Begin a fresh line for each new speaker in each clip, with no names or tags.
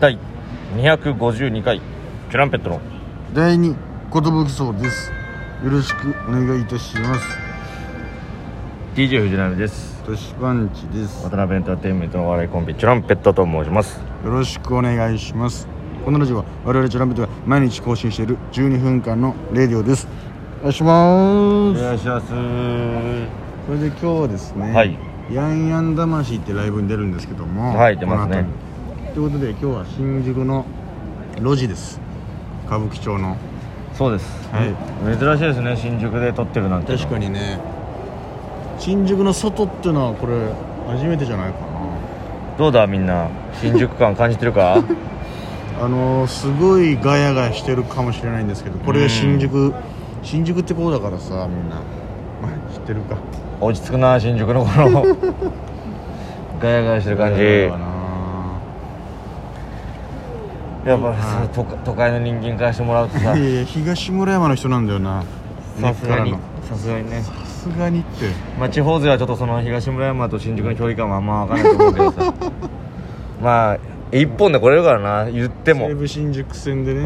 第252回トランペットの
第二寿そうですよろしくお願いいたします
DJ 藤波です
トシパンチですよ
渡辺エンターテインメントのお笑いコンビチュランペットと申します
ろしくお願いしますこのラジオは我々チャランペットが毎日更新している12分間のレディオですお願いしま
お
す
願いしますは
それで今日はですね、
はい
ヤンヤン魂ってライブに出るんですけども
はい出ますね
この後にということで今日は新宿の路地です歌舞伎町の
そうです、
は
珍しいですね新宿で撮ってるなんて
確かにね新宿の外ってのはこれ初めてじゃないかな
どうだみんな新宿感感じてる か
あのーすごいガヤガヤしてるかもしれないんですけどこれが新宿新宿ってこうだからさみんな、まあ、知ってるか
落ち着くな新宿のこ のガヤガヤしてる感じ
ガヤガヤだな
やっぱそれ都都会の人間からしてもらうとさ
いやいや東村山の人なんだよな
さすがに
根っか
さすがにね
らのさすがにって
まあ地方勢はちょっとその東村山と新宿の距離感はあんま分からないと思うけどさ まあ一本で来れるからな言っても
西武新宿線でね
う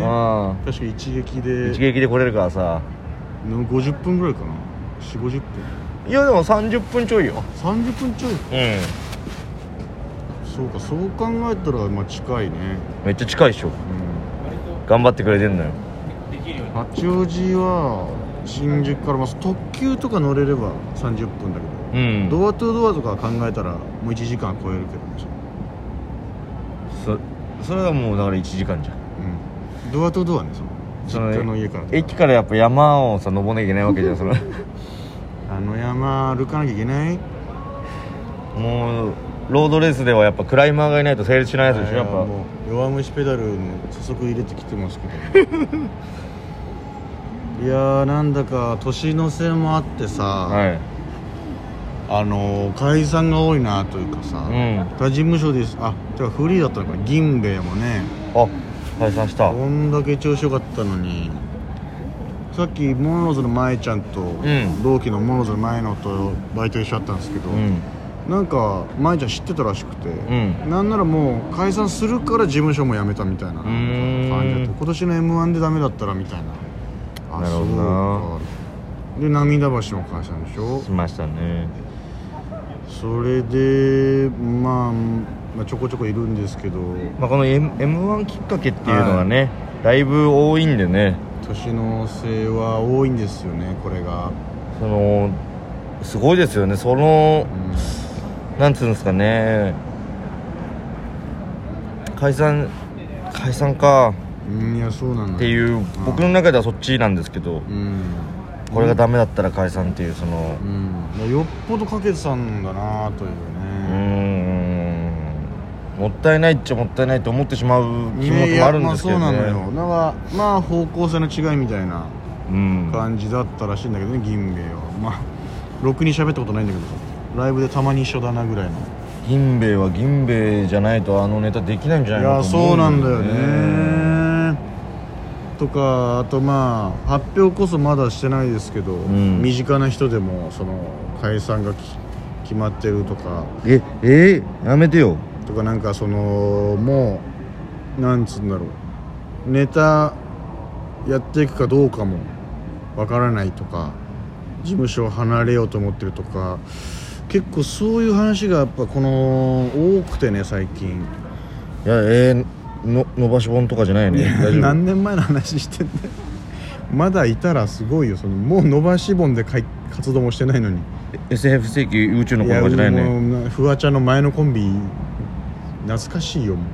確か一撃
ん一
で
撃で来れるからさ
の50分ぐらいかな4 5 0分
いやでも30分ちょいよ
30分ちょい
うん
そうかそう考えたらまあ近いね、
めっちゃ近いっしょ
うん、
頑張ってくれてんのよ
八王子は新宿から、まあ、特急とか乗れれば30分だ
う
けど
ん
ドアトゥドアとか考えたらもう1時間超えるけどね、
そそれはもうだから1時間じゃん
うん、ドアトゥドアねそ
そ
の
の
実家の家から
駅からやっぱ山をさ登んなきゃいけないわけじゃんそ の
あの山歩かなきゃいけない
もうロードレースではやっぱクライマーがいないと成立しないやつでしょやっ
あれは
ぱ
もう弱虫ペダルの早速入れてきてますけ どいやーなんだか年の瀬もあってさ、
はい
あのー解散が多いなというかさ、
うん
他事務所ですあてかフリーだったのか銀兵衛もね
あ解散した
こんだけ調子良かったのにさっきモノローズの前ちゃんと、
ん
同期のモノローズの前のとバイト一緒だったんですけ
う
ど、
ん
なんか前ちゃん知ってたらしくて、
う
なんならもう解散するから事務所も辞めたみたいな
うーん
感じだった今年の m 1でダメだったらみたいなあ
なるほどな
そうかで涙橋も解散でしょ
しましたね
それで、まあ、まあちょこちょこいるんですけど
まあ、この M M1 きっかけっていうのがね、だいぶ多いんでね
年の瀬は多いんですよねこれが、
そのすごいですよねその
うん
なんつうんですかね解散解散か
うんいやそうなんだ
っていう僕の中ではそっちなんですけど
うん
これがダメだったら解散っていうその
うんいやよっぽどかけてたんだなという
うー
ね、
んもったいないっちゃもったいないと思ってしまう
ね
気持ちもあるんですけど
いやまあ、そうなの
ね
よだからまあ方向性の違いみたいな
うん
感じだったらしいんだけどね銀兵衛はまあろくに喋ったことないんだけどライブでたまに一緒だなぐらいの
銀兵衛は銀兵衛じゃないとあのネタできないんじゃない
い
の
や
と思
そうなんだよ
ね
ねとかあとまあ発表こそまだしてないですけど、
ん
身近な人でもその解散がき決まってるとか
ええー、やめてよ
とかなんかそのもうなんつうんだろうネタやっていくかどうかもわからないとか事務所を離れようと思ってるとか結構そういう話がやっぱこの多くてね最近
いやえー、の伸ばし本とかじゃないよね大丈夫
何年前の話してんだよまだいたらすごいよそのもう伸ばし本でかい活動もしてないのに
SF 世紀宇宙の
い
子と
やも
かじゃないよね
うフワちゃんの前のコンビ懐かしいよもう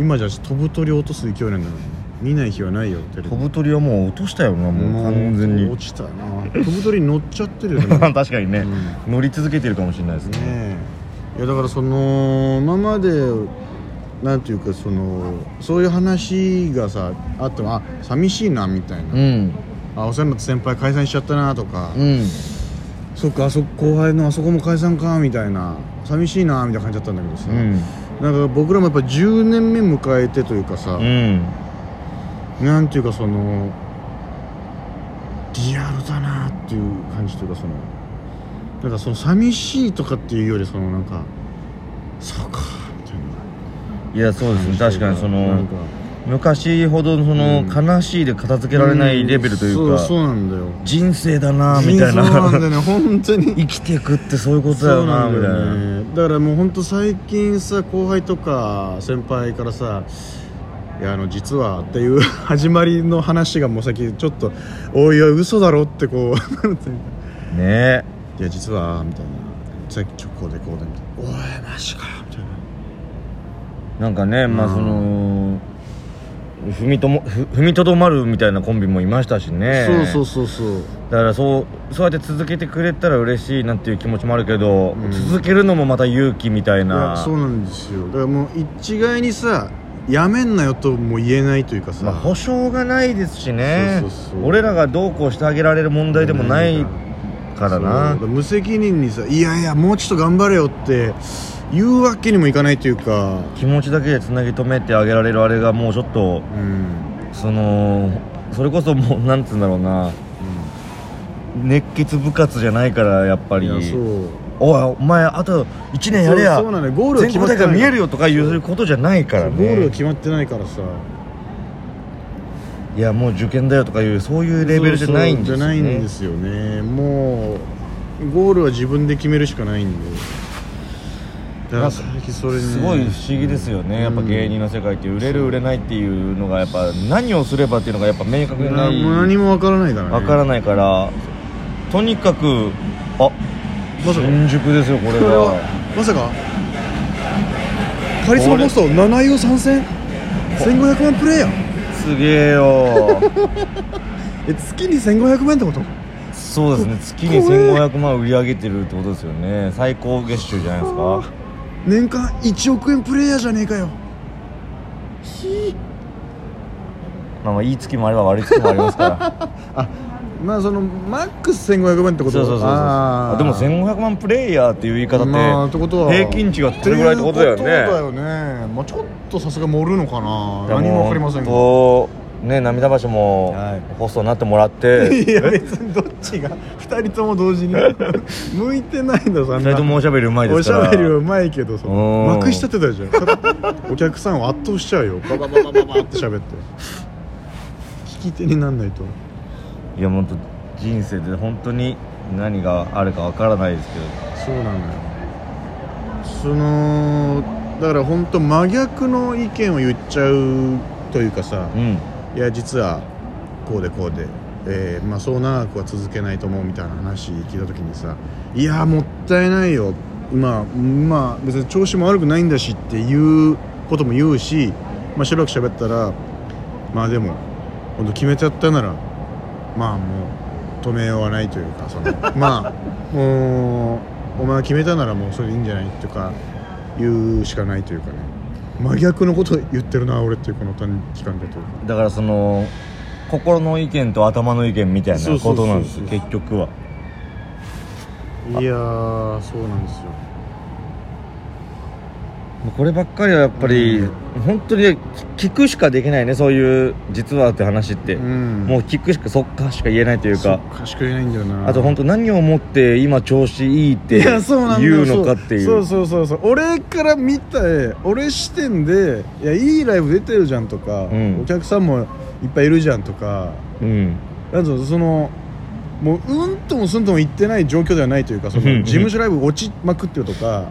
今じゃ飛ぶ鳥落とす勢いなんだから見ない日はないよテレビ
飛ぶ鳥はもう落としたよなもう完全
もう
に
落ちたな飛ぶ鳥乗っちゃってるよ ね
確かにね、乗り続けてるかもしれないですね
ねえいやだからその今までなんていうかそのそういう話がさあってもあ寂しいなみたいな、
うん
あお世話になった先輩解散しちゃったなとか、
うん
そっかあそこ後輩のあそこも解散かみたいな寂しいなみたいな感じだったんだけどさ、
うん
なんか僕らもやっぱ10年目迎えてというかさ、
うん
なんていうかそのリアルだなっていう感じというかそのなんかその寂しいとかっていうよりそのなんかそうかみたいな
いやそうですね確かにその
なんか
昔ほどその、悲しいで片付けられないレベルというか、
んそうそうなんだよ
人生だなみたいな
そうなんだよね本当に
生きてくってそういうことだ
そ
よ
う
な
なん
み
だ
たい
よ
な
ねだからもう本当最近さ後輩とか先輩からさ「いやあの実は」っていう始まりの話がもう先ちょっと「おいおい嘘だろ」ってこう なんていうの
ね
いや実は」みたいな「さっき直行でこうで」みたいな「おいマジか」みたいな
なんかね、まあ
うん
その踏みともふ踏みとどまるみたいなコンビもいましたしね
そうそうそうそう
だからそうそうやって続けてくれたら嬉しいなっていう気持ちもあるけど、
うん
続けるのもまた勇気みたい
いや
な
そうなんですよだからもう一概にさやめんなよとも言えないというかさ、
まあ保証がないですしね
そうそうそう
俺らがどうこうしてあげられる問題でもないからな
そう無責任にさ「いやいやもうちょっと頑張れよ」って言うわけにもいかないというか
気持ちだけでつなぎ止めてあげられるあれがもうちょっと
うん、うん
そのそれこそもうなんつうんだろうな熱血部活じゃないからやっぱり
いやそう
おいお前あと1年やれや
そうそうなんだよゴールは
全
決
国
まって
大
な
会
い
見えるよとかいうことじゃないから
ゴールが
ね
決まってないからさ
いやもう受験だよとかいうそういうレベルじゃないんですよ、ね、
そうそうじゃないんですよねもうゴールは自分で決めるしかないんでだから最近それね
すごい不思議ですよね、やっぱ芸人の世界って売れる売れないっていうのがやっぱ何をすればっていうのがやっぱ明確にな
ないもう何もわからないからね
わからないからとにかくあ
まさか
新宿ですよこれ
これは
は
まさかカリスマホスト7位を参戦1500万プレイヤー
すげえよ
え月に1500万ってこと
そうですね月に1500万売り上げてるってことですよね最高月収じゃないですか
年間1億円プレイヤーじゃねえかよひ
まあまあいい月もあれば悪い月もありますから
まあそのマックス1500万って
そ
こ
うそう
と
そうそう
あ
あ
ー
でも1500万プレイヤーっていう言い方
まあ、
っ
っ
てて
ことは
平均値がそれぐらいってことだよね
っていうことだよねまあちょっとさすが盛るのかな何もわかりません
け
が
どね涙橋も
はい
ホストになってもらって
いや別にどっちが2人とも同時 に向いてないんだよそん
二人
な
ともおしゃべりうまいで
お
す
し
から
ゃべりはうまいけどさ
うん
まくし立てたじゃんお客さんを圧倒しちゃうよババババババって喋って聞き手になんないと
いや本当人生で本当に何があるかわからないですけど
そうなのよそのだから本当真逆の意見を言っちゃうというかさ
うん
いや実はこうでこうで、えーまあ、そう長くは続けないと思うみたいな話聞いた時にさ「いやもったいないよ」まあまあ別に調子も悪くないんだしっていうことも言うし、まあ、白く喋ったら「まあでも本当決めちゃったならまあもう止めようはないというかその まあもうお前が決めたならもうそれでいいんじゃない?」とか言うしかないというかね真逆のこと言ってるな俺っていうこの短期間でというか。
だからその心の意見と頭の意見みたい
そう
な
そ
こ
うそう
と
そう
なんですよ結局はい
やーそうなんですよ
もうこればっかりはやっぱり、本当に聞くしかできないねそういう実はって話って、
ん
もう聞くしかそっかしか言えないという
そ
か
っかしか言えないんだよな
あと本当何をもって今調子いいって
い
言
やそうなんだよ
うのかっていう
そうそうそうそう俺から見た俺視点でいやいいライブ出てるじゃんとか、
うん
お客さんもいっぱいいるじゃんとか
うん
なんぞそのもううんともすんとも言ってない状況ではないというかその
うんうん
事務所ライブ落ちまくってるとか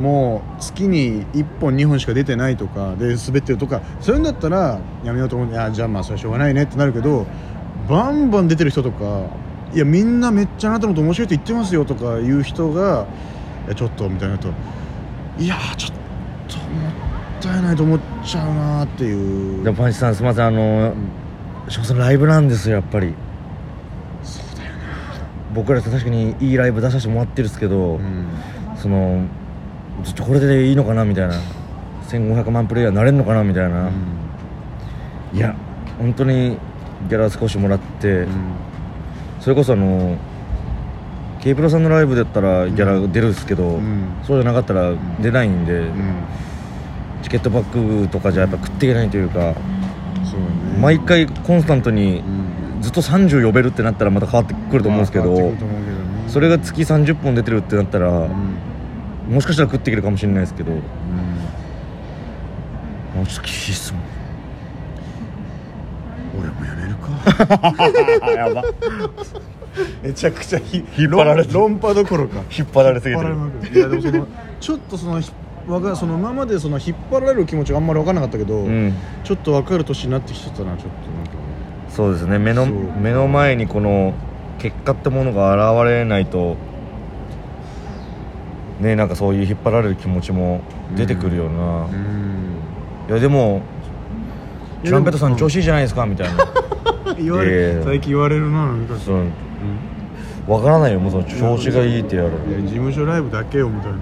もう月に1本2本しか出てないとかで滑ってるとかそういうんだったらやめようと思うんでいやじゃあまあそれはしょうがないねってなるけどバンバン出てる人とかいやみんなめっちゃあなたのこと面白いって言ってますよとかいう人がいやちょっとみたいなといやちょっともったいないと思っちゃうなっていう
でもパンチさんすいませんあの
うん
翔さんライブなんですよやっぱりそうだよな僕ら確かにいいライブ出させてもらってるんですけど、
うん
そのずっとこれでいいのかなみたいな1500万プレイヤーなれるのかなみたいな、いや本当にギャラ少しもらって、
うん
それこそあの K プロさんのライブだったらギャラ出るんですけど、
うん
そうじゃなかったら出ないんで、
うん
チケットバックとかじゃやっぱ食っていけないというか、
そうだね
毎回コンスタントに
うん
ずっと30呼べるってなったらまた変わってくると思うんですけど、
まあ変わってくると思うけどね
それが月30本出てるってなったら、
うん
もしかしたら食っていけるかもしれないですけど
うん
もうちょっと厳しいっすもん
俺もやれるか
やば
めちゃくちゃひ
引っ張られてる
論論破どころか
引っ張られすぎてる
引っ張られまくるいやでもそのちょっとそのひわかその今までその引っ張られる気持ちがあんまり分からなかったけど、
うん
ちょっと分かる年になってきちゃったなちょっとなんか
そうですね目の
そう
目の前にこの結果ってものが現れないとねなんかそういう引っ張られる気持ちも出てくるよな、
う
い
ん
やでもトランペットさん調子いいじゃないですかみたいな
言わ
いや
れ
いや
最近言われるななんか、
そう
うん
わからないよもうその調子がいいってやる
いや事務所ライブだけよみたいな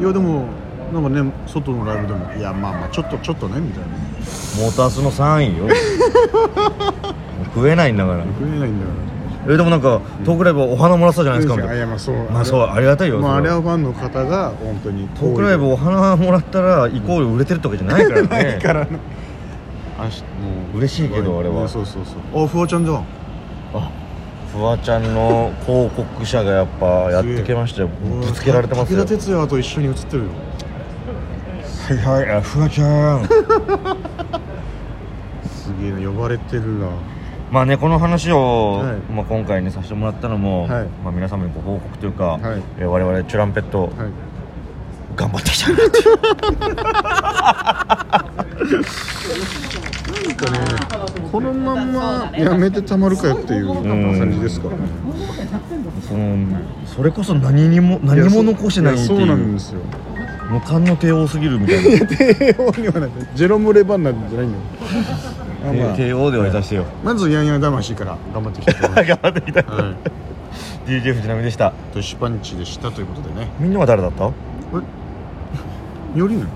いやでもなんかね外のライブでもいやまあまあちょっとちょっとねみたいな
モータースの3位よもう食えないんだから
食えないんだか
えでもなんかトークライブはお花もらってたじゃな
ら
いですかみた
い
いな
やまあそう
まあそうありがたいよ
まあ
そ
あれ
れは
はファンの方が本当に
トークライブお花もらったらイコール売れてるってわけじゃない からね
ないからねあしも
嬉しいけどあれは
ねそうそうそうあフワちゃんじゃん
あフワちゃんの広告者がやっぱやってきましたよぶつけられてます
武
よ
田鉄矢と一緒に映ってるよ
はいはいあフワちゃん
すげえな呼ばれてるな
まあねこの話を、
はい
まあ、今回ねさせてもらったのも、
はい
まあ、皆様にご報告というか、
はい
えー我々チュランペット
はい
頑張ってきたなって
このまんまやめてたまるかよっていう感じですからね
そのそれこそ何にも何も残してないって
やそう
い
やそう
う
なんですよ
無感の帝王すぎるみた いな
帝王にはなってジェロム・レバンなん じゃないんだよあまあ
帝王ではいた してよ
まずヤンヤン魂から頑張ってきてもら
頑張ってきた
うはい
DJ 藤波でした
トシパンチでしたということでね
みんなは誰だった
えよりなの